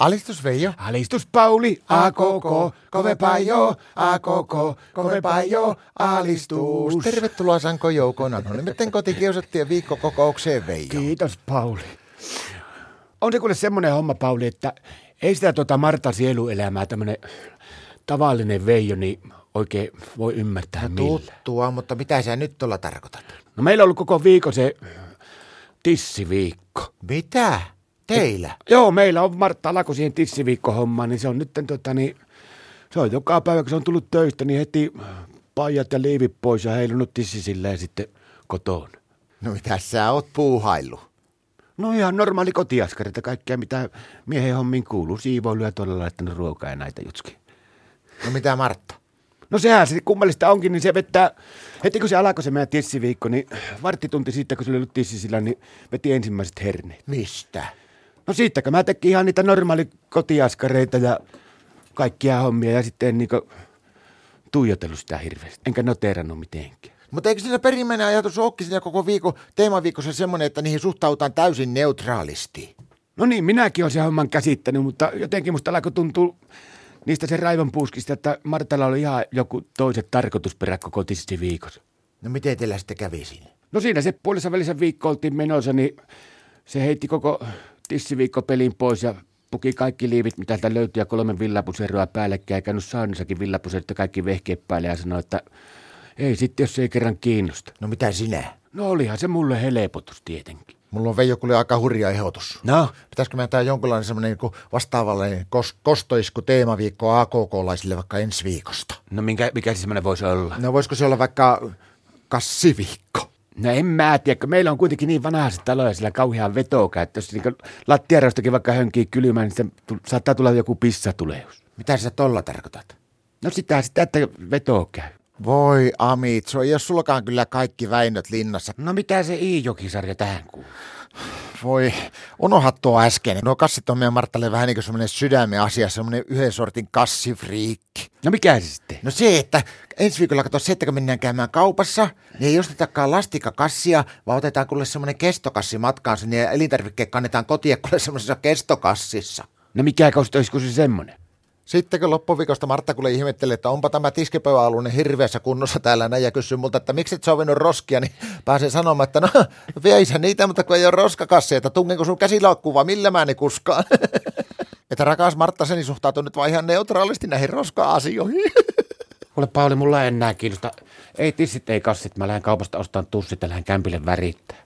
Alistus Veijo. Alistus Pauli, A koko, kovempaa jo, a koko, kovempaa jo, alistus. Tervetuloa Sanko Joukoon Anonymitten kotikiusattien viikkokokoukseen Veijo. Kiitos Pauli. On se kuule semmoinen homma Pauli, että ei sitä tuota Marta sieluelämää tämmöinen tavallinen Veijo niin oikein voi ymmärtää no, millä. Tuttua, mutta mitä sä nyt tuolla tarkoitat? No meillä on ollut koko viikon se tissiviikko. Mitä? Teillä? Joo, meillä on Martta alkoi siihen tissiviikkohommaan, niin se on nyt tota, niin, se on joka päivä, kun se on tullut töistä, niin heti paijat ja liivit pois ja heilunut tissi silleen sitten kotoon. No mitä sä oot puuhaillu? No ihan normaali kotiaskari, että kaikkea mitä miehen hommiin kuuluu, siivoilu ja tuolla laittanut ruokaa ja näitä jutskin. No mitä Martta? No sehän se kummallista onkin, niin se vettää, heti kun se alkoi se meidän tissiviikko, niin varttitunti sitten, kun se oli ollut tissisillä, niin veti ensimmäiset herneet. Mistä? No siitäkö mä tekin ihan niitä normaali kotiaskareita ja kaikkia hommia ja sitten en niinku tuijotellut sitä hirveästi. Enkä noteerannut mitenkään. Mutta eikö siinä perimmäinen ajatus olekin siinä koko viikon teemaviikossa semmoinen, että niihin suhtautaan täysin neutraalisti? No niin, minäkin olen sen homman käsittänyt, mutta jotenkin musta alkoi tuntua niistä sen raivon puuskista, että Martalla oli ihan joku toiset tarkoitusperät koko viikossa. No miten teillä sitten kävi siinä? No siinä se puolessa välissä viikko oltiin menossa, niin se heitti koko tissiviikko pelin pois ja puki kaikki liivit, mitä täältä löytyi, ja kolme villapuseroa päällekkäin. Ja käynyt saunassakin villapuserta kaikki vehkeet päälle ja sanoi, että ei sitten, jos se ei kerran kiinnosta. No mitä sinä? No olihan se mulle helpotus tietenkin. Mulla on Veijo kyllä aika hurja ehdotus. No, Pitäisikö meidän tämä jonkinlainen semmoinen niin kuin vastaavalle kos- kostoisku teemaviikko AKK-laisille vaikka ensi viikosta? no minkä, mikä se semmoinen voisi olla? No voisiko se olla vaikka kassiviikko? No en mä tiedä, kun meillä on kuitenkin niin vanha se talo ja sillä kauhean vetokaa, että jos niin lattiarastokin vaikka hönkii kylmään, niin sitten tu- saattaa tulla joku pissatuleus. Mitä sä tolla tarkoitat? No sitä, sitä että vetoo käy. Voi Amit, se ei ole sullakaan kyllä kaikki Väinöt linnassa. No mitä se I-jokisarja tähän kuuluu? Voi, unoha tuo äsken. Nuo kassit on meidän Marttalle vähän niin kuin semmoinen sydämen asia, semmoinen yhden sortin kassifriikki. No mikä se sitten? No se, että ensi viikolla kato se, että kun mennään käymään kaupassa, niin ei ostetakaan lastikakassia, vaan otetaan kuule semmoinen kestokassi matkaansa, niin elintarvikkeet kannetaan kotiin kuule semmoisessa kestokassissa. No mikä kosto, olisiko se semmoinen? Sitten kun loppuviikosta Martta kuule ihmetteli, että onpa tämä tiskipöydäalune hirveässä kunnossa täällä näin ja kysyy multa, että miksi et sovinut roskia, niin pääsee sanomaan, että no veisä niitä, mutta kun ei ole roskakasseja, että tungenko sun käsilaukkuun vai millä mä ne kuskaan. että rakas Martta, seni suhtautuu nyt vaan ihan neutraalisti näihin roska-asioihin. Kuule Pauli, mulla ei enää kiinnosta. Ei tissit, ei kassit. Mä lähden kaupasta ostamaan tussit ja lähden kämpille värittää.